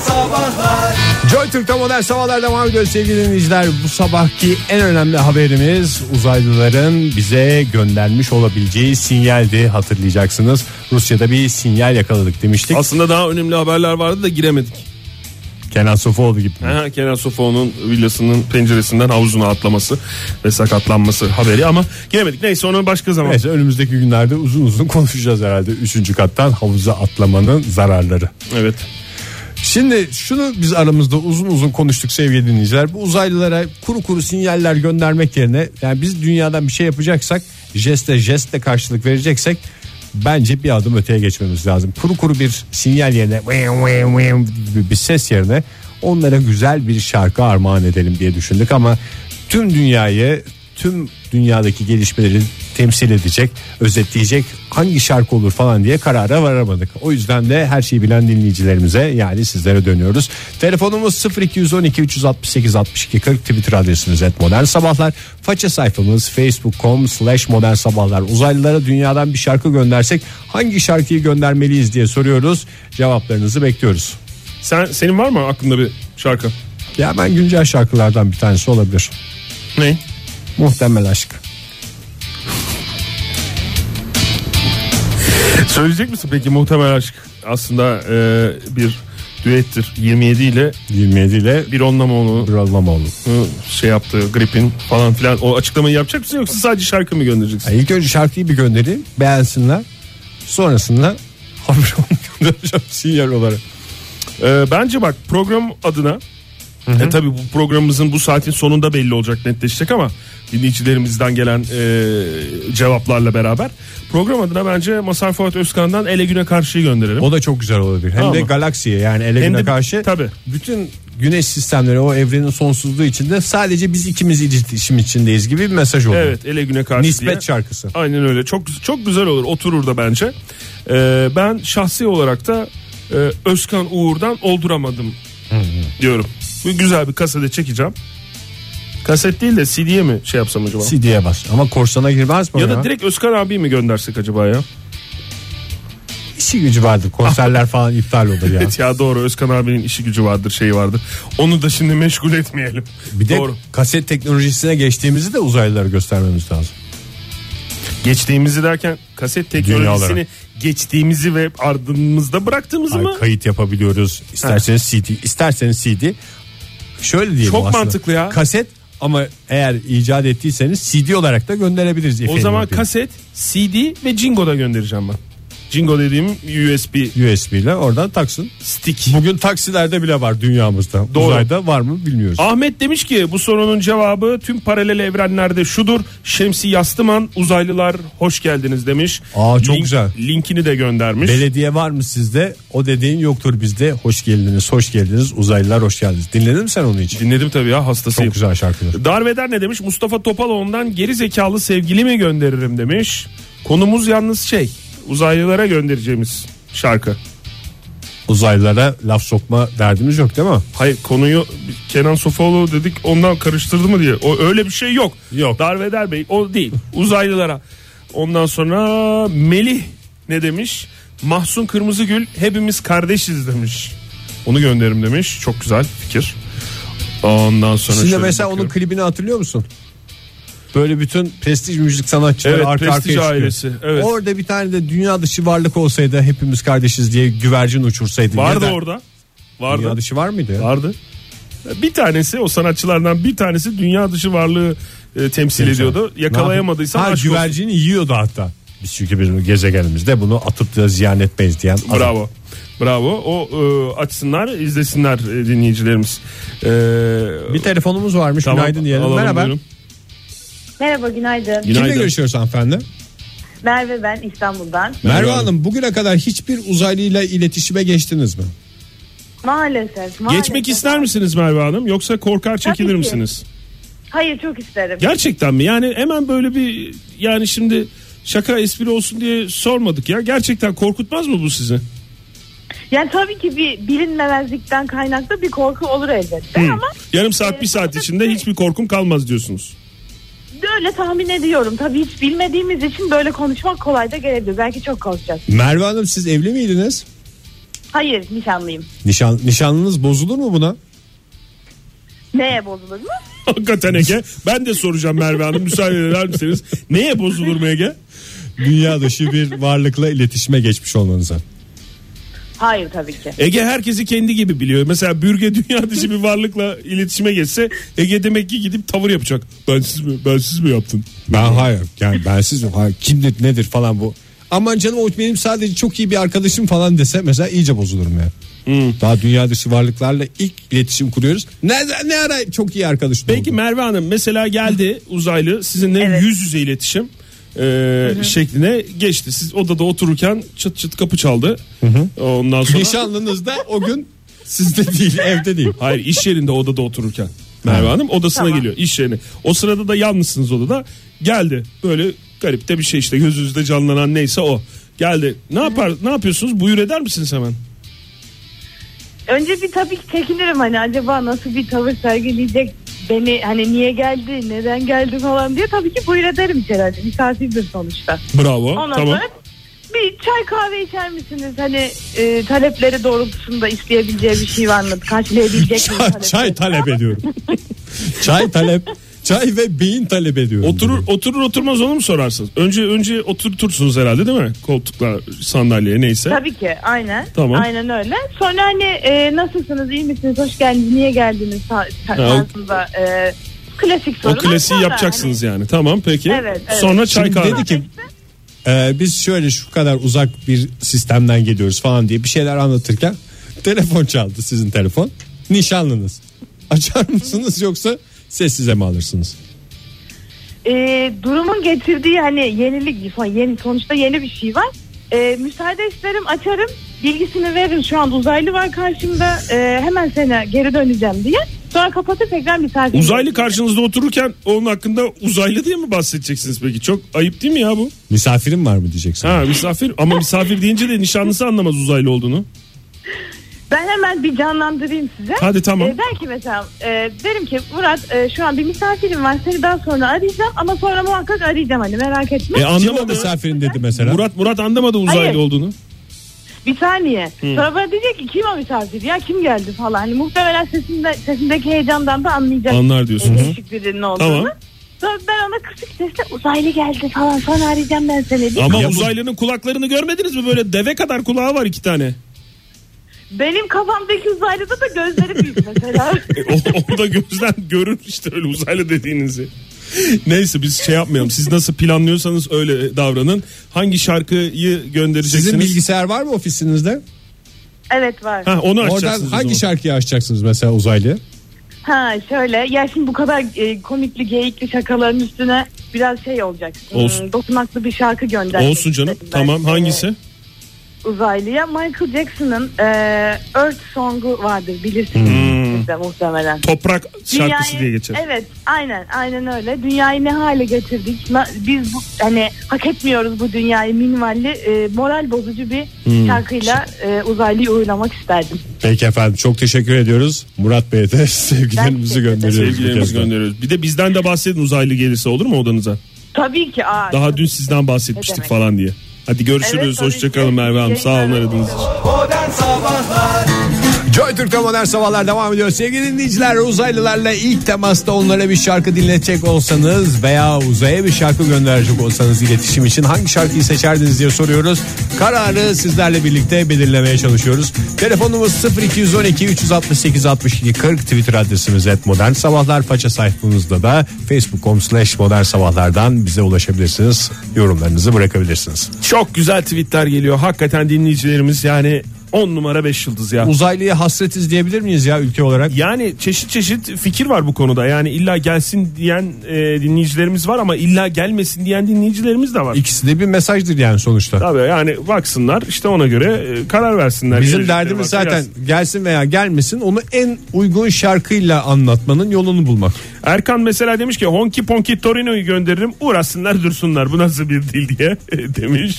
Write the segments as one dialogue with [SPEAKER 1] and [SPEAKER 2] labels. [SPEAKER 1] Sabahlar
[SPEAKER 2] Joy Türk'te modern sabahlar devam ediyor sevgili dinleyiciler. Bu sabahki en önemli haberimiz uzaylıların bize göndermiş olabileceği sinyaldi hatırlayacaksınız. Rusya'da bir sinyal yakaladık demiştik.
[SPEAKER 3] Aslında daha önemli haberler vardı da giremedik.
[SPEAKER 2] Kenan Sofuoğlu gibi.
[SPEAKER 3] Ha, Kenan Sofoğlu'nun villasının penceresinden havuzuna atlaması ve sakatlanması haberi ama giremedik. Neyse onu başka zaman.
[SPEAKER 2] Neyse önümüzdeki günlerde uzun uzun konuşacağız herhalde. Üçüncü kattan havuza atlamanın zararları.
[SPEAKER 3] Evet.
[SPEAKER 2] Şimdi şunu biz aramızda uzun uzun konuştuk sevgili dinleyiciler. Bu uzaylılara kuru kuru sinyaller göndermek yerine yani biz dünyadan bir şey yapacaksak jeste jestle karşılık vereceksek bence bir adım öteye geçmemiz lazım. Kuru kuru bir sinyal yerine "Vıyım, vıyım, vıyım" gibi bir ses yerine onlara güzel bir şarkı armağan edelim diye düşündük ama tüm dünyayı tüm dünyadaki gelişmeleri temsil edecek, özetleyecek hangi şarkı olur falan diye karara varamadık. O yüzden de her şeyi bilen dinleyicilerimize yani sizlere dönüyoruz. Telefonumuz 0212 368 62 40 Twitter adresimiz et modern sabahlar. Faça sayfamız facebook.com slash modern sabahlar. Uzaylılara dünyadan bir şarkı göndersek hangi şarkıyı göndermeliyiz diye soruyoruz. Cevaplarınızı bekliyoruz.
[SPEAKER 3] Sen senin var mı aklında bir şarkı?
[SPEAKER 2] Ya ben güncel şarkılardan bir tanesi olabilir.
[SPEAKER 3] Ne?
[SPEAKER 2] Muhtemel aşk.
[SPEAKER 3] Söyleyecek misin peki muhtemel aşk? Aslında e, bir düettir. 27 ile
[SPEAKER 2] 27 ile
[SPEAKER 3] bir onunla mı onu
[SPEAKER 2] Bralamoğlu.
[SPEAKER 3] hı, şey yaptığı gripin falan filan o açıklamayı yapacak mısın yoksa sadece şarkı mı göndereceksin?
[SPEAKER 2] Ya İlk önce şarkıyı bir göndereyim beğensinler. Sonrasında haber onu göndereceğim sinyal olarak.
[SPEAKER 3] Ee, bence bak program adına e, tabii bu programımızın bu saatin sonunda belli olacak netleşecek ama dinleyicilerimizden gelen e, cevaplarla beraber program adına bence Masar Fuat Özkan'dan Ele Güne Karşı'yı gönderelim.
[SPEAKER 2] O da çok güzel olabilir. Hem
[SPEAKER 3] Tamam.
[SPEAKER 2] de galaksiye yani
[SPEAKER 3] Hem
[SPEAKER 2] evrene
[SPEAKER 3] de-
[SPEAKER 2] karşı.
[SPEAKER 3] tabii.
[SPEAKER 2] Bütün güneş sistemleri o evrenin sonsuzluğu içinde sadece biz ikimiz iletişim içindeyiz gibi bir mesaj oldu.
[SPEAKER 3] Evet Ele Güne Karşı
[SPEAKER 2] Nispet
[SPEAKER 3] diye.
[SPEAKER 2] şarkısı.
[SPEAKER 3] Aynen öyle çok çok güzel olur oturur da bence. Ee, ben şahsi olarak da e, Özkan Uğur'dan olduramadım diyorum. Bu güzel bir kasete çekeceğim. Kaset değil de CD'ye mi şey yapsam acaba?
[SPEAKER 2] CD'ye bas. Ama korsana girmez mi
[SPEAKER 3] ya da direkt Özkan abi mi göndersek acaba ya?
[SPEAKER 2] İşi gücü vardır. Konserler falan iptal olur ya.
[SPEAKER 3] Evet ya doğru Özkan abinin işi gücü vardır şeyi vardır. Onu da şimdi meşgul etmeyelim.
[SPEAKER 2] Bir de
[SPEAKER 3] doğru.
[SPEAKER 2] kaset teknolojisine geçtiğimizi de uzaylılara göstermemiz lazım.
[SPEAKER 3] Geçtiğimizi derken kaset teknolojisini
[SPEAKER 2] Dünyalara.
[SPEAKER 3] geçtiğimizi ve ardımızda bıraktığımızı
[SPEAKER 2] Ay,
[SPEAKER 3] mı?
[SPEAKER 2] kayıt yapabiliyoruz. İsterseniz CD, isterseniz CD. Şöyle diyelim
[SPEAKER 3] Çok
[SPEAKER 2] aslında.
[SPEAKER 3] mantıklı ya.
[SPEAKER 2] Kaset ama eğer icat ettiyseniz CD olarak da gönderebiliriz.
[SPEAKER 3] O
[SPEAKER 2] efendim
[SPEAKER 3] zaman
[SPEAKER 2] diye.
[SPEAKER 3] kaset, CD ve Jingo'da göndereceğim ben. Jingo dediğim USB
[SPEAKER 2] USB ile oradan taksın.
[SPEAKER 3] stick.
[SPEAKER 2] Bugün taksilerde bile var dünyamızda.
[SPEAKER 3] Doğru.
[SPEAKER 2] Uzayda var mı bilmiyoruz.
[SPEAKER 3] Ahmet demiş ki bu sorunun cevabı tüm paralel evrenlerde şudur. Şemsi Yastıman uzaylılar hoş geldiniz demiş.
[SPEAKER 2] Aa, çok güzel.
[SPEAKER 3] Linkini de göndermiş.
[SPEAKER 2] Belediye var mı sizde? O dediğin yoktur bizde. Hoş geldiniz, hoş geldiniz. Uzaylılar hoş geldiniz. Dinledin mi sen onu hiç?
[SPEAKER 3] Dinledim tabii ya hastasıyım.
[SPEAKER 2] Çok güzel şarkıdır.
[SPEAKER 3] Darveder ne demiş? Mustafa Topaloğlu'ndan geri zekalı sevgilimi gönderirim demiş. Konumuz yalnız şey uzaylılara göndereceğimiz şarkı.
[SPEAKER 2] Uzaylılara laf sokma derdimiz yok değil mi?
[SPEAKER 3] Hayır konuyu Kenan Sofoğlu dedik ondan karıştırdı mı diye. O öyle bir şey yok.
[SPEAKER 2] Yok.
[SPEAKER 3] Darveder Bey o değil. Uzaylılara. Ondan sonra Melih ne demiş? Mahsun Kırmızıgül hepimiz kardeşiz demiş. Onu gönderirim demiş. Çok güzel fikir. Ondan sonra
[SPEAKER 2] Şimdi
[SPEAKER 3] şöyle
[SPEAKER 2] mesela onun
[SPEAKER 3] bakıyorum.
[SPEAKER 2] klibini hatırlıyor musun? Böyle bütün prestij müzik sanatçıları
[SPEAKER 3] Evet,
[SPEAKER 2] arka
[SPEAKER 3] prestij
[SPEAKER 2] arkaya çıkıyor.
[SPEAKER 3] ailesi, evet.
[SPEAKER 2] Orada bir tane de dünya dışı varlık olsaydı hepimiz kardeşiz diye güvercin uçursaydı.
[SPEAKER 3] vardı
[SPEAKER 2] Ya da-
[SPEAKER 3] orada.
[SPEAKER 2] Dünya
[SPEAKER 3] Vardı.
[SPEAKER 2] dışı var mıydı ya?
[SPEAKER 3] vardı. Bir tanesi o sanatçılardan bir tanesi dünya dışı varlığı e, temsil ediyordu. Yakalayamadıysan
[SPEAKER 2] Ha,
[SPEAKER 3] aşk olsun.
[SPEAKER 2] güvercini yiyordu hatta. Biz çünkü bizim gezegenimizde bunu atıp da ziyan etmeyiz diyen adam.
[SPEAKER 3] Bravo. Bravo. O e, açsınlar, izlesinler e, dinleyicilerimiz. E,
[SPEAKER 2] Bir telefonumuz varmış.
[SPEAKER 3] tamam,
[SPEAKER 2] Günaydın diyelim.
[SPEAKER 3] alalım,
[SPEAKER 2] Merhaba.
[SPEAKER 3] buyurun.
[SPEAKER 4] Merhaba günaydın.
[SPEAKER 3] Günaydın.
[SPEAKER 2] Kimle görüşüyoruz hanımefendi?
[SPEAKER 4] Merve ben İstanbul'dan.
[SPEAKER 2] Merve
[SPEAKER 3] Merhaba.
[SPEAKER 2] Hanım bugüne kadar hiçbir uzaylıyla iletişime geçtiniz mi?
[SPEAKER 4] Maalesef, maalesef.
[SPEAKER 3] Geçmek ister misiniz Merve Hanım yoksa korkar çekilir
[SPEAKER 4] ki.
[SPEAKER 3] misiniz?
[SPEAKER 4] Hayır çok isterim.
[SPEAKER 3] Gerçekten mi? Yani hemen böyle bir yani şimdi şaka espri olsun diye sormadık ya. Gerçekten korkutmaz mı bu sizi?
[SPEAKER 4] Yani tabii ki bir bilinmemezlikten kaynaklı bir korku olur elbette
[SPEAKER 3] Hmm.
[SPEAKER 4] ama
[SPEAKER 3] Yarım saat bir saat içinde hiçbir korkum kalmaz diyorsunuz.
[SPEAKER 4] böyle tahmin ediyorum. Tabii hiç bilmediğimiz için böyle konuşmak kolay da gelebilir. Belki çok korkacağız.
[SPEAKER 2] Merve Hanım siz evli miydiniz?
[SPEAKER 4] Hayır nişanlıyım.
[SPEAKER 2] Nişan, nişanlınız bozulur mu buna?
[SPEAKER 4] Neye bozulur mu?
[SPEAKER 3] Hakikaten Ege. Ben de soracağım Merve Hanım müsaade eder misiniz? Neye bozulur mu Ege?
[SPEAKER 2] Dünya dışı bir varlıkla iletişime geçmiş olmanıza.
[SPEAKER 4] Hayır tabii ki.
[SPEAKER 3] Ege herkesi kendi gibi biliyor. Mesela bürge dünya dışı bir varlıkla iletişime geçse Ege demek ki gidip tavır yapacak. Ben siz mi, ben siz mi yaptın?
[SPEAKER 2] Ben hayır. Yani ben siz hayır, kimdir nedir falan bu. Aman canım o benim sadece çok iyi bir arkadaşım falan dese mesela iyice bozulurum ya. Daha dünya dışı varlıklarla ilk iletişim kuruyoruz. Ne, ne ara çok iyi arkadaşım
[SPEAKER 3] Peki
[SPEAKER 2] oldu?
[SPEAKER 3] Merve Hanım mesela geldi uzaylı sizinle
[SPEAKER 4] Evet.
[SPEAKER 3] yüz yüze iletişim e, şekline geçti. Siz odada otururken çıt çıt kapı çaldı. Ondan sonra
[SPEAKER 2] Nişanlınız da o gün sizde değil evde değil.
[SPEAKER 3] Hayır iş yerinde odada otururken. Merve Hanım odasına
[SPEAKER 4] Tamam.
[SPEAKER 3] geliyor iş yerine. O sırada da yalnızsınız odada. Geldi böyle garip de bir şey işte gözünüzde canlanan neyse o. Geldi. Ne yapar ne yapıyorsunuz? Buyur eder misiniz hemen?
[SPEAKER 4] Önce bir tabii ki çekinirim hani acaba nasıl bir tavır sergileyecek beni hani niye geldi neden geldi falan diye tabii ki buyur ederim içeri hani misafirdir sonuçta.
[SPEAKER 3] Bravo.
[SPEAKER 4] Ondan
[SPEAKER 3] tamam.
[SPEAKER 4] sonra bir çay kahve içer misiniz hani e, talepleri doğrultusunda isteyebileceği bir şey var mı karşılayabilecek mi
[SPEAKER 2] Çay, çay talep ediyorum. çay talep. Çay ve beyin talep ediyorum.
[SPEAKER 3] Oturur oturur oturmaz onu mu sorarsınız? Önce önce oturtursunuz herhalde değil mi? Koltukla sandalyeye neyse.
[SPEAKER 4] Tabii ki aynen.
[SPEAKER 3] Tamam.
[SPEAKER 4] Aynen öyle. Sonra hani e, nasılsınız iyi misiniz hoş geldiniz niye geldiniz ta- ta-
[SPEAKER 3] Ha, o-
[SPEAKER 4] tarzında e, klasik
[SPEAKER 3] O
[SPEAKER 4] sorular.
[SPEAKER 3] klasiği
[SPEAKER 4] Sonra hani-
[SPEAKER 3] yapacaksınız yani. Tamam peki.
[SPEAKER 4] Evet, evet.
[SPEAKER 3] Sonra çay
[SPEAKER 2] Şimdi
[SPEAKER 3] kahve.
[SPEAKER 2] dedi ki "Ee, biz şöyle şu kadar uzak bir sistemden geliyoruz falan diye bir şeyler anlatırken telefon çaldı sizin telefon. Nişanlınız. Açar mısınız yoksa sessize mi alırsınız?
[SPEAKER 4] e, durumun getirdiği hani yenilik yeni sonuçta yeni bir şey var. E, müsaade isterim açarım bilgisini verin şu an uzaylı var karşımda e, hemen sana geri döneceğim diye. Sonra kapatıp tekrar misafir.
[SPEAKER 3] Uzaylı karşınızda otururken onun hakkında uzaylı diye mi bahsedeceksiniz peki? Çok ayıp değil mi ya bu?
[SPEAKER 2] Misafirim var mı diyeceksin.
[SPEAKER 3] Ha misafir ama misafir deyince de nişanlısı anlamaz uzaylı olduğunu.
[SPEAKER 4] Ben hemen bir canlandırayım size.
[SPEAKER 3] Hadi tamam.
[SPEAKER 4] E, der ki mesela e, derim ki Murat e, şu an bir misafirim var seni daha sonra arayacağım ama sonra muhakkak arayacağım hani merak etme.
[SPEAKER 3] E,
[SPEAKER 2] Kim o
[SPEAKER 3] anlamadı.
[SPEAKER 2] misafirin dedi mesela.
[SPEAKER 3] Murat Murat anlamadı uzaylı
[SPEAKER 4] Hayır.
[SPEAKER 3] olduğunu.
[SPEAKER 4] Bir saniye. Sonra bana diyecek ki kim o misafir ya kim geldi falan. Hani muhtemelen sesinde, sesindeki heyecandan da anlayacak.
[SPEAKER 3] Anlar diyorsun.
[SPEAKER 4] e,
[SPEAKER 3] Hı.
[SPEAKER 4] değişik birinin olduğunu.
[SPEAKER 3] Tamam.
[SPEAKER 4] Sonra ben ona kısık sesle uzaylı geldi falan sonra arayacağım ben seni diye.
[SPEAKER 3] Ama
[SPEAKER 2] Ya bu-
[SPEAKER 3] uzaylının kulaklarını görmediniz mi? Böyle deve kadar kulağı var iki tane.
[SPEAKER 4] Benim kafamdaki uzaylıda da gözleri büyük mesela.
[SPEAKER 3] E, O, o da gözden görür işte öyle uzaylı dediğinizi. Neyse biz şey yapmayalım. Siz nasıl planlıyorsanız öyle davranın. Hangi şarkıyı göndereceksiniz?
[SPEAKER 2] Sizin bilgisayar var mı ofisinizde?
[SPEAKER 4] evet var.
[SPEAKER 3] Ha, onu
[SPEAKER 2] Oradan
[SPEAKER 3] açacaksınız. o
[SPEAKER 2] hangi
[SPEAKER 3] zaman.
[SPEAKER 2] şarkıyı açacaksınız mesela uzaylıya?
[SPEAKER 4] Ha şöyle ya şimdi bu kadar e, komikli geyikli şakaların üstüne biraz şey olacak. Hmm,
[SPEAKER 3] Olsun.
[SPEAKER 4] dokunaklı bir şarkı gönderdim.
[SPEAKER 3] Olsun canım.
[SPEAKER 4] istedim ben.
[SPEAKER 3] Tamam hangisi?
[SPEAKER 4] Ee, uzaylıya Michael Jackson'ın e, Earth Song'u vardır bilirsiniz
[SPEAKER 3] Hmm.
[SPEAKER 4] siz de muhtemelen.
[SPEAKER 3] Toprak şarkısı
[SPEAKER 4] Dünyayı-
[SPEAKER 3] diye geçer.
[SPEAKER 4] Evet aynen aynen öyle. Dünyayı ne hale getirdik? Na- Biz bu, hani hak etmiyoruz bu dünyayı minimalli e, moral bozucu bir
[SPEAKER 3] Hmm.
[SPEAKER 4] şarkıyla e, uzaylıyı uğurlamak isterdim.
[SPEAKER 2] Peki efendim çok teşekkür ediyoruz. Murat Bey'e de sevgilerimizi
[SPEAKER 4] Ben teşekkür ederim.
[SPEAKER 2] gönderiyoruz. bir
[SPEAKER 3] Sevgilerimizi
[SPEAKER 2] kez daha.
[SPEAKER 3] gönderiyoruz. Bir de bizden de bahsedin uzaylı gelirse olur mu odanıza?
[SPEAKER 4] Tabii ki. Aa,
[SPEAKER 3] Daha dün sizden bahsetmiştik
[SPEAKER 4] demek.
[SPEAKER 3] falan diye. Hadi
[SPEAKER 4] Evet,
[SPEAKER 3] görüşürüz.
[SPEAKER 4] tabii
[SPEAKER 3] Hoşçakalın
[SPEAKER 4] ki.
[SPEAKER 3] Merve Hanım. Sağ olun
[SPEAKER 4] Yayınlar
[SPEAKER 3] aradığınız için.
[SPEAKER 1] Modern Sabahlar
[SPEAKER 2] Joy Türk'te modern sabahlar devam ediyor. Sevgili dinleyiciler uzaylılarla ilk temasta onlara bir şarkı dinletecek olsanız veya uzaya bir şarkı gönderecek olsanız iletişim için hangi şarkıyı seçerdiniz diye soruyoruz. Kararı sizlerle birlikte belirlemeye çalışıyoruz. Telefonumuz 0212 368 62 40 Twitter adresimiz et modern sabahlar faça sayfamızda da facebook.com slash modern sabahlardan bize ulaşabilirsiniz. Yorumlarınızı bırakabilirsiniz.
[SPEAKER 3] Çok güzel tweetler geliyor. Hakikaten dinleyicilerimiz yani 10 numara 5 yıldız ya.
[SPEAKER 2] Uzaylıya hasretiz diyebilir miyiz ya ülke olarak?
[SPEAKER 3] Yani çeşit çeşit fikir var bu konuda. Yani illa gelsin diyen e, dinleyicilerimiz var ama illa gelmesin diyen dinleyicilerimiz de var.
[SPEAKER 2] İkisi de bir mesajdır yani sonuçta.
[SPEAKER 3] Tabii yani baksınlar işte ona göre e, karar versinler.
[SPEAKER 2] Bizim
[SPEAKER 3] Gelecekleri
[SPEAKER 2] derdimiz
[SPEAKER 3] var.
[SPEAKER 2] zaten
[SPEAKER 3] Biraz-
[SPEAKER 2] gelsin veya gelmesin onu en uygun şarkıyla anlatmanın yolunu bulmak.
[SPEAKER 3] Erkan mesela demiş ki Honki Ponki Torino'yu gönderirim uğraşsınlar dursunlar bu nasıl bir dil diye demiş.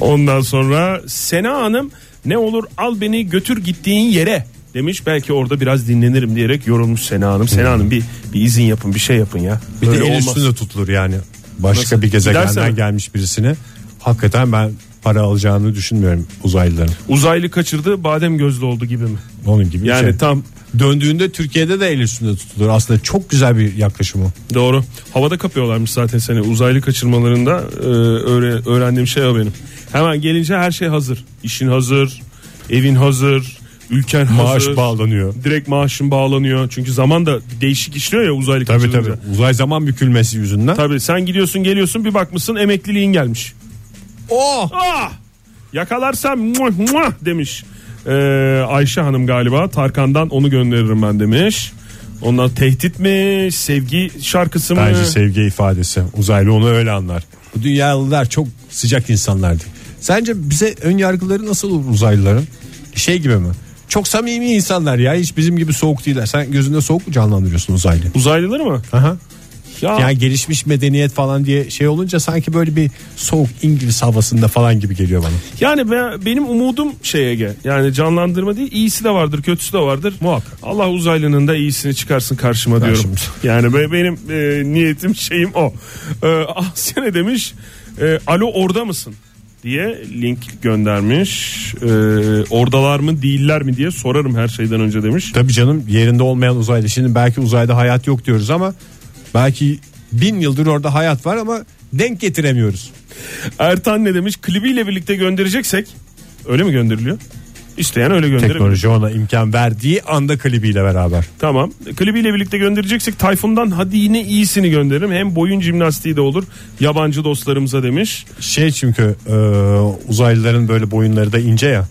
[SPEAKER 3] Ondan sonra Sena Hanım ne olur al beni götür gittiğin yere demiş. Belki orada biraz dinlenirim diyerek yorulmuş Sena Hanım. Sena Hanım bir, bir izin yapın bir şey yapın ya.
[SPEAKER 2] Bir
[SPEAKER 3] Böyle
[SPEAKER 2] de el
[SPEAKER 3] olmaz.
[SPEAKER 2] üstünde tutulur yani. Başka
[SPEAKER 3] Nasıl?
[SPEAKER 2] bir gezegenden
[SPEAKER 3] Gidersen mi?
[SPEAKER 2] gelmiş birisine. Hakikaten ben para alacağını düşünmüyorum uzaylıların.
[SPEAKER 3] Uzaylı kaçırdı badem gözlü oldu gibi mi?
[SPEAKER 2] Onun gibi. bir
[SPEAKER 3] Yani
[SPEAKER 2] şey.
[SPEAKER 3] tam
[SPEAKER 2] döndüğünde Türkiye'de de el üstünde tutulur. Aslında çok güzel bir yaklaşım o.
[SPEAKER 3] Doğru. Havada kapıyorlarmış zaten seni. Uzaylı kaçırmalarında e, öğre- öğrendiğim şey o benim. Hemen gelince her şey hazır. İşin hazır, evin hazır, ülken hazır.
[SPEAKER 2] Maaş bağlanıyor.
[SPEAKER 3] Direkt maaşın bağlanıyor. Çünkü zaman da değişik işliyor ya uzaylı
[SPEAKER 2] Tabii
[SPEAKER 3] kaçırınca.
[SPEAKER 2] tabii. Uzay zaman bükülmesi yüzünden.
[SPEAKER 3] Tabii sen gidiyorsun geliyorsun bir bakmışsın emekliliğin gelmiş.
[SPEAKER 2] Oh!
[SPEAKER 3] Ah! Yakalarsam muah muah demiş. Ee, Ayşe Hanım galiba Tarkan'dan onu gönderirim ben demiş. Ondan tehdit mi, sevgi şarkısı mı?
[SPEAKER 2] Bence sevgi ifadesi. Uzaylı onu öyle anlar. Bu dünyalılar çok sıcak insanlardı. Sence bize ön yargıları nasıl olur uzaylıların? Şey gibi mi? Çok samimi insanlar ya. Hiç bizim gibi soğuk değiller. Sen gözünde soğuk mu canlandırıyorsun uzaylı?
[SPEAKER 3] Uzaylıları mı?
[SPEAKER 2] Aha.
[SPEAKER 3] Ya,
[SPEAKER 2] Yani gelişmiş medeniyet falan diye şey olunca sanki böyle bir soğuk İngiliz havasında falan gibi geliyor bana.
[SPEAKER 3] yani be- benim umudum şey Ege. Yani canlandırma değil, iyisi de vardır, kötüsü de vardır. Muhakkak. Allah uzaylının da iyisini çıkarsın karşıma diyorum.
[SPEAKER 2] Karşımıza.
[SPEAKER 3] Yani be- benim e, niyetim şeyim o. Ee, Asya ne demiş? Ee, Alo orada mısın? diye link göndermiş. Ee, oradalar mı değiller mi diye sorarım her şeyden önce demiş.
[SPEAKER 2] Tabii canım yerinde olmayan uzaylı. Şimdi belki uzayda hayat yok diyoruz ama belki bin yıldır orada hayat var ama denk getiremiyoruz.
[SPEAKER 3] Ertan ne demiş? Klibiyle birlikte göndereceksek öyle mi gönderiliyor? İsteyen öyle gönderebilir.
[SPEAKER 2] Teknoloji ona imkan verdiği anda klibiyle beraber.
[SPEAKER 3] Tamam. Klibiyle birlikte göndereceksek Tayfun'dan hadi yine iyisini gönderirim. Hem boyun jimnastiği de olur. Yabancı dostlarımıza demiş.
[SPEAKER 2] Şey çünkü e, uzaylıların böyle boyunları da ince ya.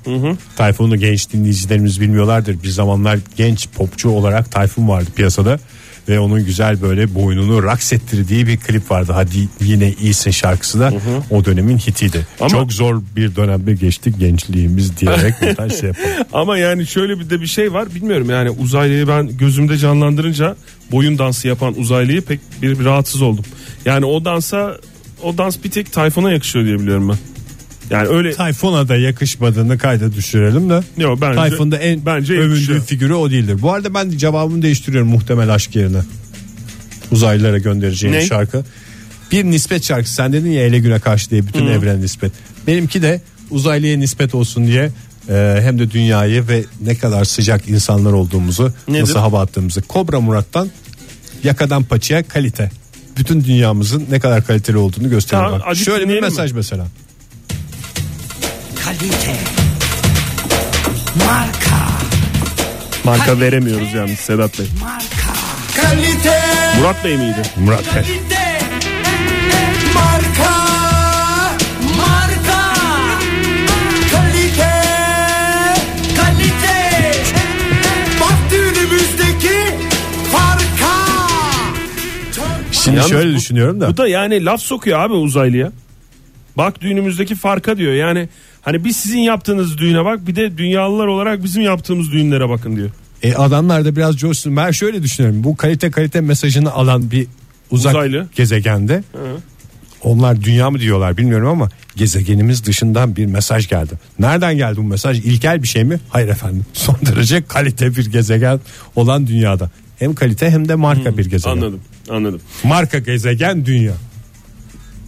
[SPEAKER 2] Tayfun'u genç dinleyicilerimiz bilmiyorlardır. Bir zamanlar genç popçu olarak Tayfun vardı piyasada. Ve onun güzel böyle boynunu raks ettirdiği bir klip vardı. Hadi yine iyisin şarkısı da o dönemin hitiydi.
[SPEAKER 3] Ama-
[SPEAKER 2] Çok zor bir dönemde geçtik gençliğimiz diyerek buradan şey yapalım.
[SPEAKER 3] Ama yani şöyle bir de bir şey var. Bilmiyorum yani uzaylıyı ben gözümde canlandırınca boyun dansı yapan uzaylıyı pek bir, bir rahatsız oldum. Yani o dansa o dans bir tek Tayfun'a yakışıyor diye biliyorum ben. Yani öyle
[SPEAKER 2] Tayfun'a da yakışmadığını kayda düşürelim de.
[SPEAKER 3] Yok, bence-
[SPEAKER 2] Tayfun'da en
[SPEAKER 3] bence
[SPEAKER 2] övündüğü
[SPEAKER 3] yakışıyor.
[SPEAKER 2] figürü o değildir. Bu arada ben cevabımı değiştiriyorum muhtemel aşk yerine. Uzaylılara göndereceğim
[SPEAKER 3] Ne?
[SPEAKER 2] şarkı. Bir nispet şarkısı. Sen dedin ya ele güne karşı diye bütün evren nispet. Benimki de uzaylıya nispet olsun diye e, hem de dünyayı ve ne kadar sıcak insanlar olduğumuzu
[SPEAKER 3] Nedir?
[SPEAKER 2] nasıl hava attığımızı. Kobra Murat'tan yakadan paçaya kalite. Bütün dünyamızın ne kadar kaliteli olduğunu gösteriyor.
[SPEAKER 3] Tamam,
[SPEAKER 2] Bak,
[SPEAKER 3] azıcık
[SPEAKER 2] Şöyle bir
[SPEAKER 3] dinleyelim mi?
[SPEAKER 2] mesaj mesela.
[SPEAKER 1] kalite, marka,
[SPEAKER 3] marka veremiyoruz yani Sedat Bey.
[SPEAKER 1] marka, kalite,
[SPEAKER 3] Murat Bey miydi?
[SPEAKER 2] Murat Bey.
[SPEAKER 1] kalite, marka, marka, kalite, kalite. Bak önümüzdeki farka.
[SPEAKER 2] Şimdi
[SPEAKER 3] Yalnız
[SPEAKER 2] şöyle
[SPEAKER 3] bu-
[SPEAKER 2] düşünüyorum da.
[SPEAKER 3] Bu da yani laf sokuyor abi uzaylıya. Bak düğünümüzdeki farka diyor. Yani hani biz sizin yaptığınız düğüne bak bir de dünyalılar olarak bizim yaptığımız düğünlere bakın diyor.
[SPEAKER 2] E, adamlar da biraz coşsun. Ben şöyle düşünüyorum. Bu kalite kalite mesajını alan bir uzak
[SPEAKER 3] Uzaylı.
[SPEAKER 2] gezegende. Onlar dünya mı diyorlar bilmiyorum ama gezegenimiz dışından bir mesaj geldi. Nereden geldi bu mesaj? İlkel bir şey mi? Hayır efendim. Son derece kalite bir gezegen olan dünyada. Hem kalite hem de marka bir gezegen.
[SPEAKER 3] Anladım. Anladım.
[SPEAKER 2] Marka gezegen dünya.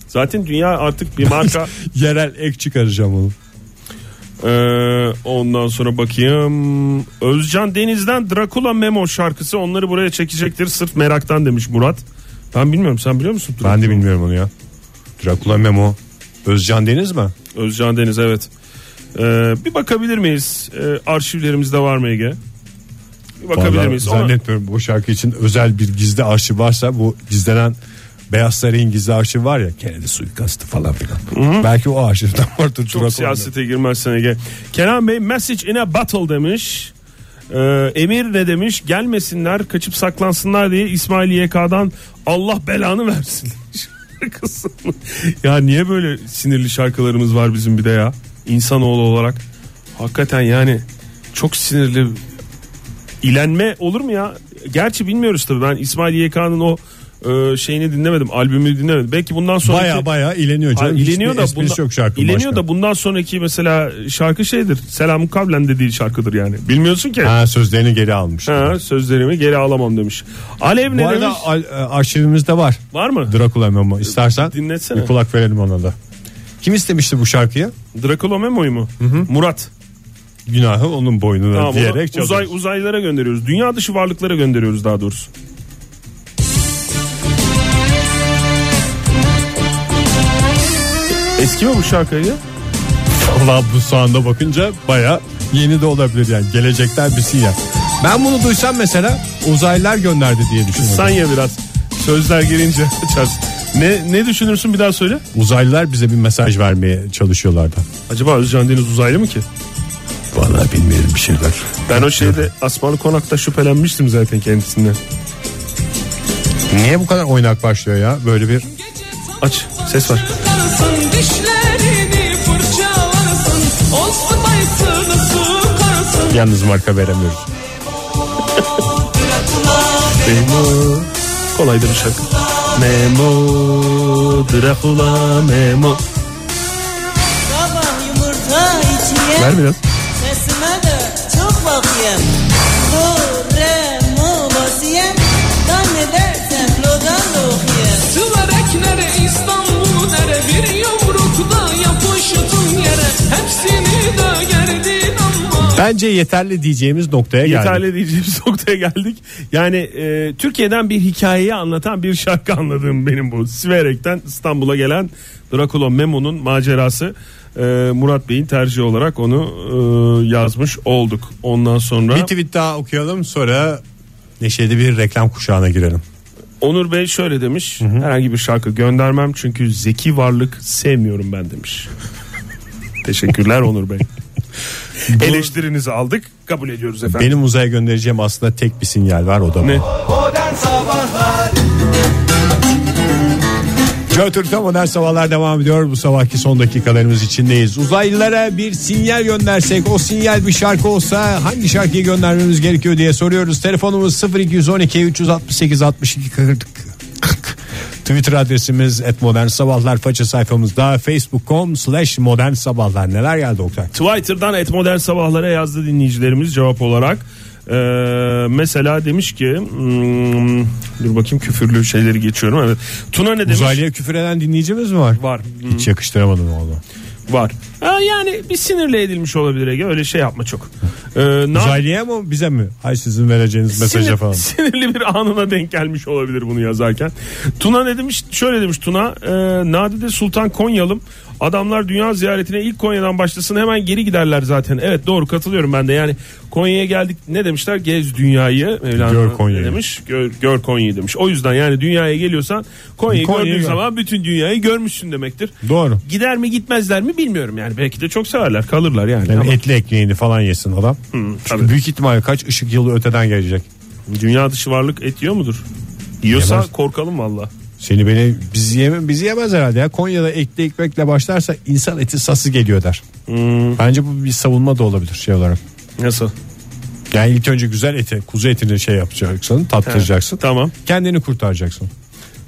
[SPEAKER 3] Zaten dünya artık bir marka.
[SPEAKER 2] Yerel ek çıkaracağım onu.
[SPEAKER 3] Ee, ondan sonra bakayım. Özcan Deniz'den Dracula Memo şarkısı onları buraya çekecektir sırf meraktan demiş Murat. Ben bilmiyorum sen biliyor musun?
[SPEAKER 2] Ben de bilmiyorum onu ya. Dracula Memo. Özcan Deniz mi?
[SPEAKER 3] Özcan Deniz evet. Ee, bir bakabilir miyiz? Ee, arşivlerimizde var mı Ege? Bir bakabilir
[SPEAKER 2] Vallahi
[SPEAKER 3] miyiz? Ama-
[SPEAKER 2] Zannetmiyorum bu şarkı için özel bir gizli arşiv varsa bu gizlenen Beyaz Saray'ın gizli arşivi var ya Kennedy suikastı falan filan. Belki o arşivden vardır.
[SPEAKER 3] Çok
[SPEAKER 2] Dracula.
[SPEAKER 3] siyasete girmezsen Ege. Kenan Bey message in a battle demiş. Ee, Emir ne demiş? Gelmesinler kaçıp saklansınlar diye İsmail YK'dan Allah belanı versin. demiş. Şarkısını. ya niye böyle sinirli şarkılarımız var bizim bir de ya. İnsanoğlu olarak. Hakikaten yani çok sinirli ilenme olur mu ya? Gerçi bilmiyoruz tabii ben İsmail YK'nın o e, şeyini dinlemedim. Albümü dinlemedim. Belki bundan sonra
[SPEAKER 2] Baya baya ileniyor canım.
[SPEAKER 3] Ay, ileniyor
[SPEAKER 2] Hiçbir
[SPEAKER 3] da
[SPEAKER 2] esprisi
[SPEAKER 3] bunda-
[SPEAKER 2] yok şarkının
[SPEAKER 3] ileniyor
[SPEAKER 2] başka.
[SPEAKER 3] da bundan sonraki mesela şarkı şeydir. Selam kavlen dediği şarkıdır yani. Bilmiyorsun ki. Ha.
[SPEAKER 2] Ha, sözlerini geri almış.
[SPEAKER 3] sözlerimi geri alamam demiş. Alev
[SPEAKER 2] Bu
[SPEAKER 3] ne
[SPEAKER 2] arada
[SPEAKER 3] demiş?
[SPEAKER 2] al- e, arşivimizde var.
[SPEAKER 3] Var mı?
[SPEAKER 2] Dracula Memo istersen
[SPEAKER 3] Dinletsene.
[SPEAKER 2] bir kulak verelim ona da. Kim istemişti bu şarkıyı?
[SPEAKER 3] Draculo Memo'yu mu? Murat.
[SPEAKER 2] Günahı onun boynuna
[SPEAKER 3] Tamam, ona
[SPEAKER 2] diyerek çalıyor.
[SPEAKER 3] uzay, uzaylara gönderiyoruz. Dünya dışı varlıklara gönderiyoruz daha doğrusu. Eski mi bu şarkıyı?
[SPEAKER 2] Valla bu sahanda bakınca baya yeni de olabilir yani. Gelecekten bir sinyal. Ben bunu duysam mesela uzaylılar gönderdi diye düşünüyorum.
[SPEAKER 3] Sen ya biraz. Sözler gelince açarsın. Ne, ne düşünürsün bir daha söyle.
[SPEAKER 2] Uzaylılar bize bir mesaj vermeye çalışıyorlardı.
[SPEAKER 3] Acaba Özcan Deniz uzaylı mı ki?
[SPEAKER 2] Valla bilmiyorum bir şeyler.
[SPEAKER 3] Ben o şeyde Asmalı Konak'ta şüphelenmiştim zaten kendisinden.
[SPEAKER 2] Niye bu kadar oynak başlıyor ya böyle bir?
[SPEAKER 3] Aç, ses var.
[SPEAKER 5] Karısın dişlerini fırçalarsın. Old Spice'ını sıkarsın.
[SPEAKER 2] Yalnız marka veremiyoruz.
[SPEAKER 3] Memo. Kolay da bir şarkı. Memo, Dracula, Memo.
[SPEAKER 5] Sabah yumurta içmeyen
[SPEAKER 3] Ver biraz.
[SPEAKER 5] sesime de çok bakıyorum. Do, re, mo, basiyem. Zannedersem logan da okuyayım.
[SPEAKER 6] Tüverek nere İstanbul nere Bir yumrukta yapıştın yere Hepsini de gerdin ama
[SPEAKER 2] Bence yeterli diyeceğimiz noktaya geldik.
[SPEAKER 3] Yeterli diyeceğimiz noktaya geldik. Yani e, Türkiye'den bir hikayeyi anlatan bir şarkı anladığım benim bu. Siverek'ten İstanbul'a gelen Dracula Memo'nun macerası. E, Murat Bey'in tercihi olarak onu e, yazmış olduk. Ondan sonra
[SPEAKER 2] Bir tweet daha okuyalım sonra neşeli bir reklam kuşağına girelim.
[SPEAKER 3] Onur Bey şöyle demiş. Herhangi bir şarkı göndermem çünkü zeki varlık sevmiyorum ben demiş. Teşekkürler Onur Bey. Eleştirinizi aldık. Kabul ediyoruz efendim.
[SPEAKER 2] Benim uzaya göndereceğim aslında tek bir sinyal var o da
[SPEAKER 3] Ne?
[SPEAKER 2] mı? Joy Türk'te modern sabahlar devam ediyor. Bu sabahki son dakikalarımız içindeyiz. Uzaylılara bir sinyal göndersek o sinyal bir şarkı olsa hangi şarkıyı göndermemiz gerekiyor diye soruyoruz. Telefonumuz 0212 368 62 40. Twitter adresimiz et modern sabahlar faça sayfamızda facebook.com slash modern sabahlar neler geldi Oktay?
[SPEAKER 3] Twitter'dan et modern sabahlara yazdı dinleyicilerimiz cevap olarak. Ee, mesela demiş ki hmm, dur bakayım küfürlü şeyleri geçiyorum. Evet. Tuna ne demiş?
[SPEAKER 2] Uzaylıya küfür eden dinleyicimiz mi var?
[SPEAKER 3] Var. Hmm,
[SPEAKER 2] Hiç yakıştıramadım valla.
[SPEAKER 3] Var. Ha, yani bir sinirle edilmiş olabilir Ege. Öyle şey yapma çok. Ee, ne yap-
[SPEAKER 2] Uzaylıya mı bize mi? Hay sizin vereceğiniz mesaja
[SPEAKER 3] Sinir-
[SPEAKER 2] falan.
[SPEAKER 3] Sinirli bir anına denk gelmiş olabilir bunu yazarken. Tuna ne demiş? Şöyle demiş Tuna. E, Nadide Sultan Konyalım. Adamlar dünya ziyaretine ilk Konya'dan başlasın hemen geri giderler zaten. Evet doğru katılıyorum ben de. Yani Konya'ya geldik ne demişler? Gez dünyayı. Mevlana
[SPEAKER 2] Gör Konya'yı.
[SPEAKER 3] ne demiş. Gör, gör Konya'yı demiş. O yüzden yani dünyaya geliyorsan Konya'yı,
[SPEAKER 2] Konya'yı
[SPEAKER 3] gördüğün
[SPEAKER 2] gör.
[SPEAKER 3] zaman bütün dünyayı görmüşsün demektir.
[SPEAKER 2] Doğru.
[SPEAKER 3] Gider mi gitmezler mi bilmiyorum yani. Belki de çok severler kalırlar yani.
[SPEAKER 2] Yani
[SPEAKER 3] Ama
[SPEAKER 2] etli ekmeğini falan yesin adam. Çünkü
[SPEAKER 3] tabii.
[SPEAKER 2] büyük ihtimalle kaç ışık yılı öteden gelecek.
[SPEAKER 3] Dünya dışı varlık et yiyor mudur? Yiyorsa
[SPEAKER 2] Yemez.
[SPEAKER 3] korkalım valla.
[SPEAKER 2] Seni beni bizi yeme, bizi yemez herhalde ya. Konya'da etli ekmekle başlarsa insan eti sası geliyor der. Bence bu bir savunma da olabilir şey olarak.
[SPEAKER 3] Nasıl?
[SPEAKER 2] Yani ilk önce güzel eti, kuzu etini şey yapacaksın, tattıracaksın.
[SPEAKER 3] Tamam.
[SPEAKER 2] Kendini kurtaracaksın.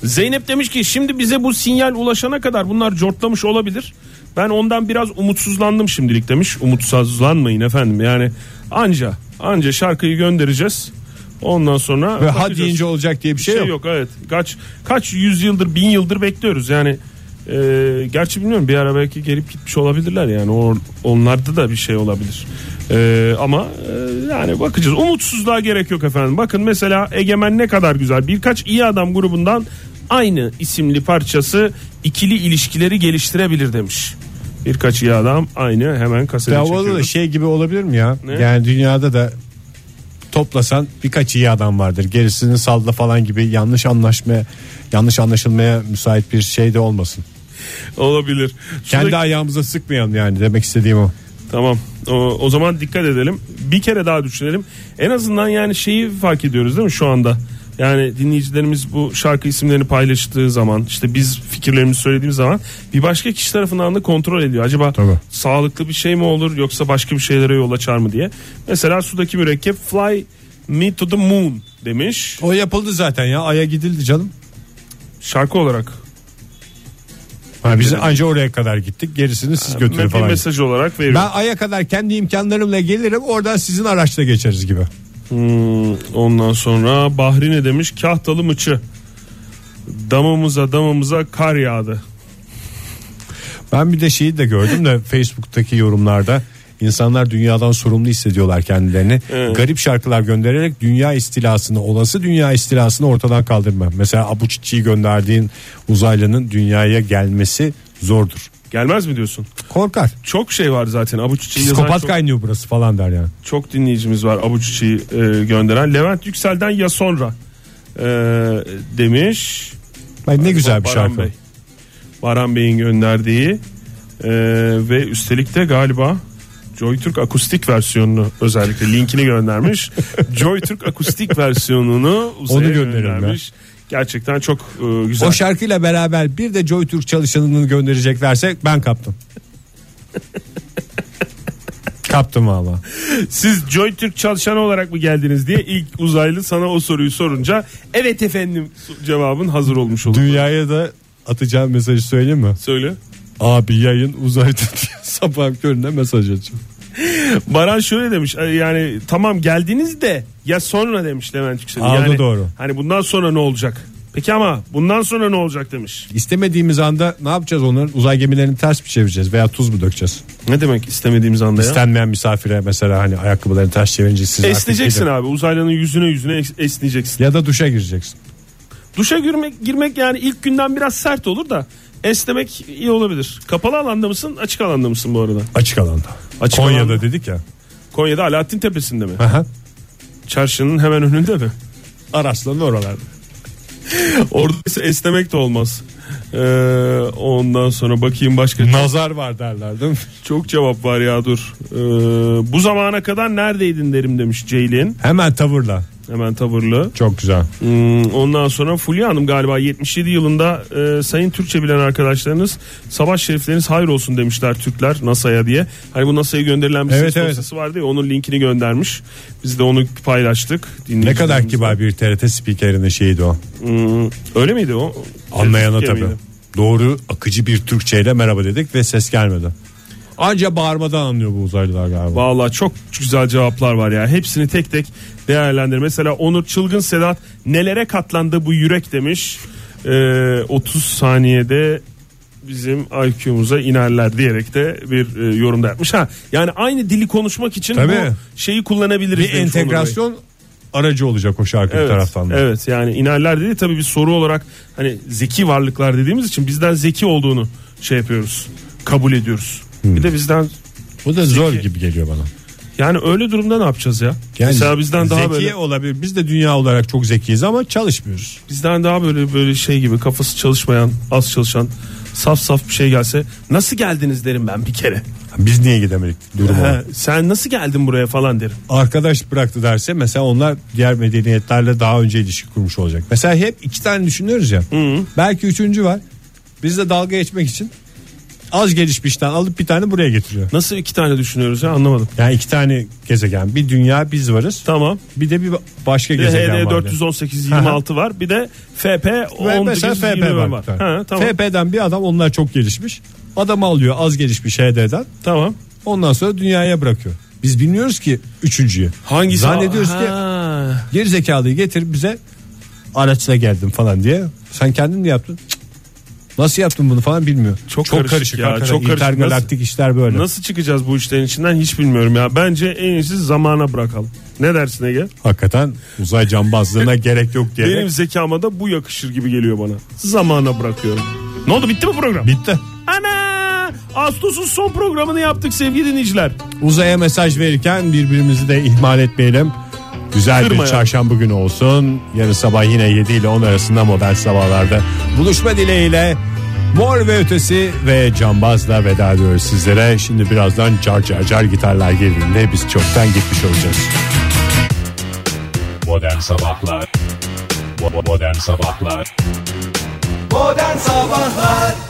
[SPEAKER 3] Zeynep demiş ki şimdi bize bu sinyal ulaşana kadar bunlar cortlamış olabilir. Ben ondan biraz umutsuzlandım şimdilik demiş. Umutsuzlanmayın efendim. Yani anca anca şarkıyı göndereceğiz. Ondan sonra
[SPEAKER 2] Ve ha
[SPEAKER 3] bakacağız.
[SPEAKER 2] deyince olacak diye bir
[SPEAKER 3] Bir
[SPEAKER 2] şey, yok.
[SPEAKER 3] Evet. Kaç kaç yüzyıldır, bin yıldır bekliyoruz. Yani e, gerçi bilmiyorum bir ara belki gelip gitmiş olabilirler yani. O, onlarda da bir şey olabilir. E, ama e, yani bakacağız. Umutsuzluğa gerek yok efendim. Bakın mesela Egemen ne kadar güzel. Birkaç iyi adam grubundan aynı isimli parçası ikili ilişkileri geliştirebilir demiş. Birkaç iyi adam aynı hemen kaseti
[SPEAKER 2] Ya
[SPEAKER 3] çekiyoruz.
[SPEAKER 2] o da şey gibi olabilir mi ya?
[SPEAKER 3] Ne?
[SPEAKER 2] Yani dünyada da toplasan birkaç iyi adam vardır. Gerisini salla falan gibi yanlış anlaşmaya, yanlış anlaşılmaya müsait bir şey de olmasın.
[SPEAKER 3] Olabilir.
[SPEAKER 2] Kendi
[SPEAKER 3] Şuradaki-
[SPEAKER 2] ayağımıza sıkmayalım yani demek istediğim o.
[SPEAKER 3] Tamam. O, o zaman dikkat edelim. Bir kere daha düşünelim. En azından yani şeyi fark ediyoruz değil mi şu anda? Yani dinleyicilerimiz bu şarkı isimlerini paylaştığı zaman işte biz fikirlerimizi söylediğimiz zaman bir başka kişi tarafından da kontrol ediyor. Acaba
[SPEAKER 2] Tabii.
[SPEAKER 3] sağlıklı bir şey mi olur yoksa başka bir şeylere yol açar mı diye. Mesela sudaki mürekkep fly me to the moon demiş.
[SPEAKER 2] O yapıldı zaten ya aya gidildi canım.
[SPEAKER 3] Şarkı olarak
[SPEAKER 2] Ha, biz anca oraya kadar gittik gerisini siz götürün
[SPEAKER 3] bir
[SPEAKER 2] falan.
[SPEAKER 3] mesaj olarak veriyor.
[SPEAKER 2] Ben aya kadar kendi imkanlarımla gelirim oradan sizin araçla geçeriz gibi.
[SPEAKER 3] Hmm, ondan sonra Bahri ne demiş? Kahtalı mıçı. Damımıza damımıza kar yağdı.
[SPEAKER 2] Ben bir de şeyi de gördüm de Facebook'taki yorumlarda insanlar dünyadan sorumlu hissediyorlar kendilerini. Garip şarkılar göndererek dünya istilasını, olası dünya istilasını ortadan kaldırma. Mesela Abu Çiçi'yi gönderdiğin uzaylının dünyaya gelmesi zordur.
[SPEAKER 3] Gelmez mi diyorsun?
[SPEAKER 2] Korkar.
[SPEAKER 3] Çok şey var zaten. Abu Çiçeği yazan
[SPEAKER 2] Psikopat
[SPEAKER 3] çok,
[SPEAKER 2] kaynıyor burası falan der yani.
[SPEAKER 3] çok dinleyicimiz var Abu Çiçeği e, gönderen. Levent Yüksel'den ya sonra e, demiş.
[SPEAKER 2] Bak ne güzel bir
[SPEAKER 3] Baran
[SPEAKER 2] şarkı.
[SPEAKER 3] Bey. Baran Bey'in gönderdiği e, ve üstelik de galiba Joy Türk akustik versiyonunu özellikle linkini göndermiş. Joy Türk akustik versiyonunu Uzay'a
[SPEAKER 2] Onu gönderin
[SPEAKER 3] göndermiş. Gerçekten çok e, güzel.
[SPEAKER 2] O şarkıyla beraber bir de Joy Türk çalışanını göndereceklerse ben kaptım. kaptım valla.
[SPEAKER 3] Siz Joy Türk çalışanı olarak mı geldiniz diye ilk uzaylı sana o soruyu sorunca evet efendim cevabın hazır olmuş olur.
[SPEAKER 2] Dünyaya da atacağım mesajı söyleyeyim mi?
[SPEAKER 3] Söyle.
[SPEAKER 2] Abi yayın uzayda diye sabahın köründe mesaj atacağım.
[SPEAKER 3] Baran şöyle demiş e, yani tamam geldiniz de ya sonra demiş Levent Yüksel.
[SPEAKER 2] Aa, o da
[SPEAKER 3] Yani,
[SPEAKER 2] doğru.
[SPEAKER 3] Hani bundan sonra ne olacak? Peki ama bundan sonra ne olacak demiş.
[SPEAKER 2] İstemediğimiz anda ne yapacağız onların uzay gemilerini ters mi çevireceğiz veya tuz mu dökeceğiz?
[SPEAKER 3] Ne demek istemediğimiz anda ya?
[SPEAKER 2] İstenmeyen misafire mesela hani ayakkabılarını ters çevirince siz artık
[SPEAKER 3] Esneyeceksin
[SPEAKER 2] gidin.
[SPEAKER 3] abi uzaylının yüzüne yüzüne es- esneyeceksin.
[SPEAKER 2] Ya da duşa gireceksin.
[SPEAKER 3] Duşa girmek, girmek yani ilk günden biraz sert olur da esnemek iyi olabilir. Kapalı alanda mısın açık alanda mısın bu arada?
[SPEAKER 2] Açık alanda.
[SPEAKER 3] Açık
[SPEAKER 2] Konya'da
[SPEAKER 3] alanda.
[SPEAKER 2] dedik ya.
[SPEAKER 3] Konya'da Alaaddin Tepesi'nde mi?
[SPEAKER 2] Aha.
[SPEAKER 3] Çarşının hemen önünde mi?
[SPEAKER 2] Araslan oralarda.
[SPEAKER 3] Orada ise esnemek de olmaz. Ee, ondan sonra bakayım başka
[SPEAKER 2] Nazar var derler değil mi?
[SPEAKER 3] çok cevap var ya dur. Ee, bu zamana kadar neredeydin derim demiş Ceylin.
[SPEAKER 2] Hemen tavırla.
[SPEAKER 3] Hemen tavırlı.
[SPEAKER 2] Çok güzel.
[SPEAKER 3] Hmm, ondan sonra Fulya Hanım galiba 77 yılında e, sayın Türkçe bilen arkadaşlarınız savaş şerifleriniz hayır olsun demişler Türkler NASA'ya diye. Hani bu NASA'ya gönderilen bir
[SPEAKER 2] Evet,
[SPEAKER 3] ses
[SPEAKER 2] evet.
[SPEAKER 3] dosyası vardı ya onun linkini göndermiş. Biz de onu paylaştık.
[SPEAKER 2] Ne kadar
[SPEAKER 3] Dinleyicilerimizle.
[SPEAKER 2] kibar bir TRT spikerinin şeyiydi o.
[SPEAKER 3] Hmm, öyle miydi o?
[SPEAKER 2] Anlayana
[SPEAKER 3] Türkiye
[SPEAKER 2] tabii.
[SPEAKER 3] miydi?
[SPEAKER 2] Doğru akıcı bir Türkçeyle merhaba dedik ve ses gelmedi. Anca bağırmadan anlıyor bu uzaylılar galiba.
[SPEAKER 3] Valla çok güzel cevaplar var ya. Hepsini tek tek değerlendir. Mesela Onur Çılgın Sedat nelere katlandı bu yürek demiş. Ee, 30 saniyede bizim IQ'muza inerler diyerek de bir e, yorumda yapmış. Ha yani aynı dili konuşmak için
[SPEAKER 2] Tabii.
[SPEAKER 3] bu şeyi
[SPEAKER 2] bir
[SPEAKER 3] kullanabiliriz. demiş Onur Bey.
[SPEAKER 2] entegrasyon aracı olacak o şarkı bir
[SPEAKER 3] Evet,
[SPEAKER 2] taraftan da.
[SPEAKER 3] evet yani inerler dedi tabii biz soru olarak hani zeki varlıklar dediğimiz için bizden zeki olduğunu şey yapıyoruz kabul ediyoruz.
[SPEAKER 2] Hmm.
[SPEAKER 3] Bir de bizden
[SPEAKER 2] Bu da zor
[SPEAKER 3] Zeki.
[SPEAKER 2] gibi geliyor bana.
[SPEAKER 3] yani öyle durumda ne yapacağız ya?
[SPEAKER 2] Yani
[SPEAKER 3] Mesela bizden daha
[SPEAKER 2] zeki
[SPEAKER 3] böyle
[SPEAKER 2] olabilir. Biz de dünya olarak çok zekiyiz ama çalışmıyoruz.
[SPEAKER 3] bizden daha böyle böyle şey gibi kafası çalışmayan, az çalışan, saf saf bir şey gelse nasıl geldiniz derim ben bir kere.
[SPEAKER 2] Biz niye gidemedik durum o.
[SPEAKER 3] He, sen nasıl geldin buraya falan derim.
[SPEAKER 2] arkadaş bıraktı derse mesela onlar diğer medeniyetlerle daha önce ilişki kurmuş olacak. Mesela hep iki tane düşünüyoruz ya. Belki üçüncü var. Biz de dalga geçmek için az gelişmişten alıp bir tane buraya getiriyor.
[SPEAKER 3] Nasıl iki tane düşünüyoruz ya anlamadım.
[SPEAKER 2] Yani iki tane gezegen. Bir dünya biz varız.
[SPEAKER 3] Tamam.
[SPEAKER 2] Bir de bir başka
[SPEAKER 3] Bir de
[SPEAKER 2] gezegen
[SPEAKER 3] HD
[SPEAKER 2] var.
[SPEAKER 3] 418 26 var. Bir de FP
[SPEAKER 2] Ve
[SPEAKER 3] 18
[SPEAKER 2] mesela FP
[SPEAKER 3] 20
[SPEAKER 2] var.
[SPEAKER 3] var.
[SPEAKER 2] bir tane.
[SPEAKER 3] Ha, tamam.
[SPEAKER 2] FP'den bir adam onlar çok gelişmiş. Adamı alıyor az gelişmiş HD'den.
[SPEAKER 3] tamam.
[SPEAKER 2] Ondan sonra dünyaya bırakıyor. Biz bilmiyoruz ki üçüncüyü.
[SPEAKER 3] Hangisi?
[SPEAKER 2] Zannediyoruz ki
[SPEAKER 3] Ha.
[SPEAKER 2] Geri zekalıyı getir bize araçla geldim falan diye. Sen kendin mi yaptın? Cık. Nasıl yaptın bunu falan bilmiyor.
[SPEAKER 3] Çok karışık ya,
[SPEAKER 2] hakikaten.
[SPEAKER 3] çok karışık.
[SPEAKER 2] İntergalaktik işler böyle.
[SPEAKER 3] Nasıl çıkacağız bu işlerin içinden hiç bilmiyorum ya. Bence en iyisi zamana bırakalım. Ne dersin Ege?
[SPEAKER 2] Hakikaten uzay cambazlığına gerek yok diye.
[SPEAKER 3] Benim zekama da bu yakışır gibi geliyor bana. Zamana bırakıyorum. Ne oldu bitti mi program?
[SPEAKER 2] Bitti.
[SPEAKER 3] Ana! Ağustos'un son programını yaptık sevgili dinleyiciler.
[SPEAKER 2] Uzaya mesaj verirken birbirimizi de ihmal etmeyelim. Güzel bir
[SPEAKER 3] Kırmayalım.
[SPEAKER 2] çarşamba günü olsun. Yarın sabah yine 7 ile 10 arasında modern sabahlarda buluşma dileğiyle Mor ve Ötesi ve Cambaz'la veda ediyoruz sizlere. Şimdi birazdan car car car gitarlar girdiğinde biz çoktan gitmiş olacağız.
[SPEAKER 7] Modern Sabahlar Bo- Modern Sabahlar
[SPEAKER 1] Modern Sabahlar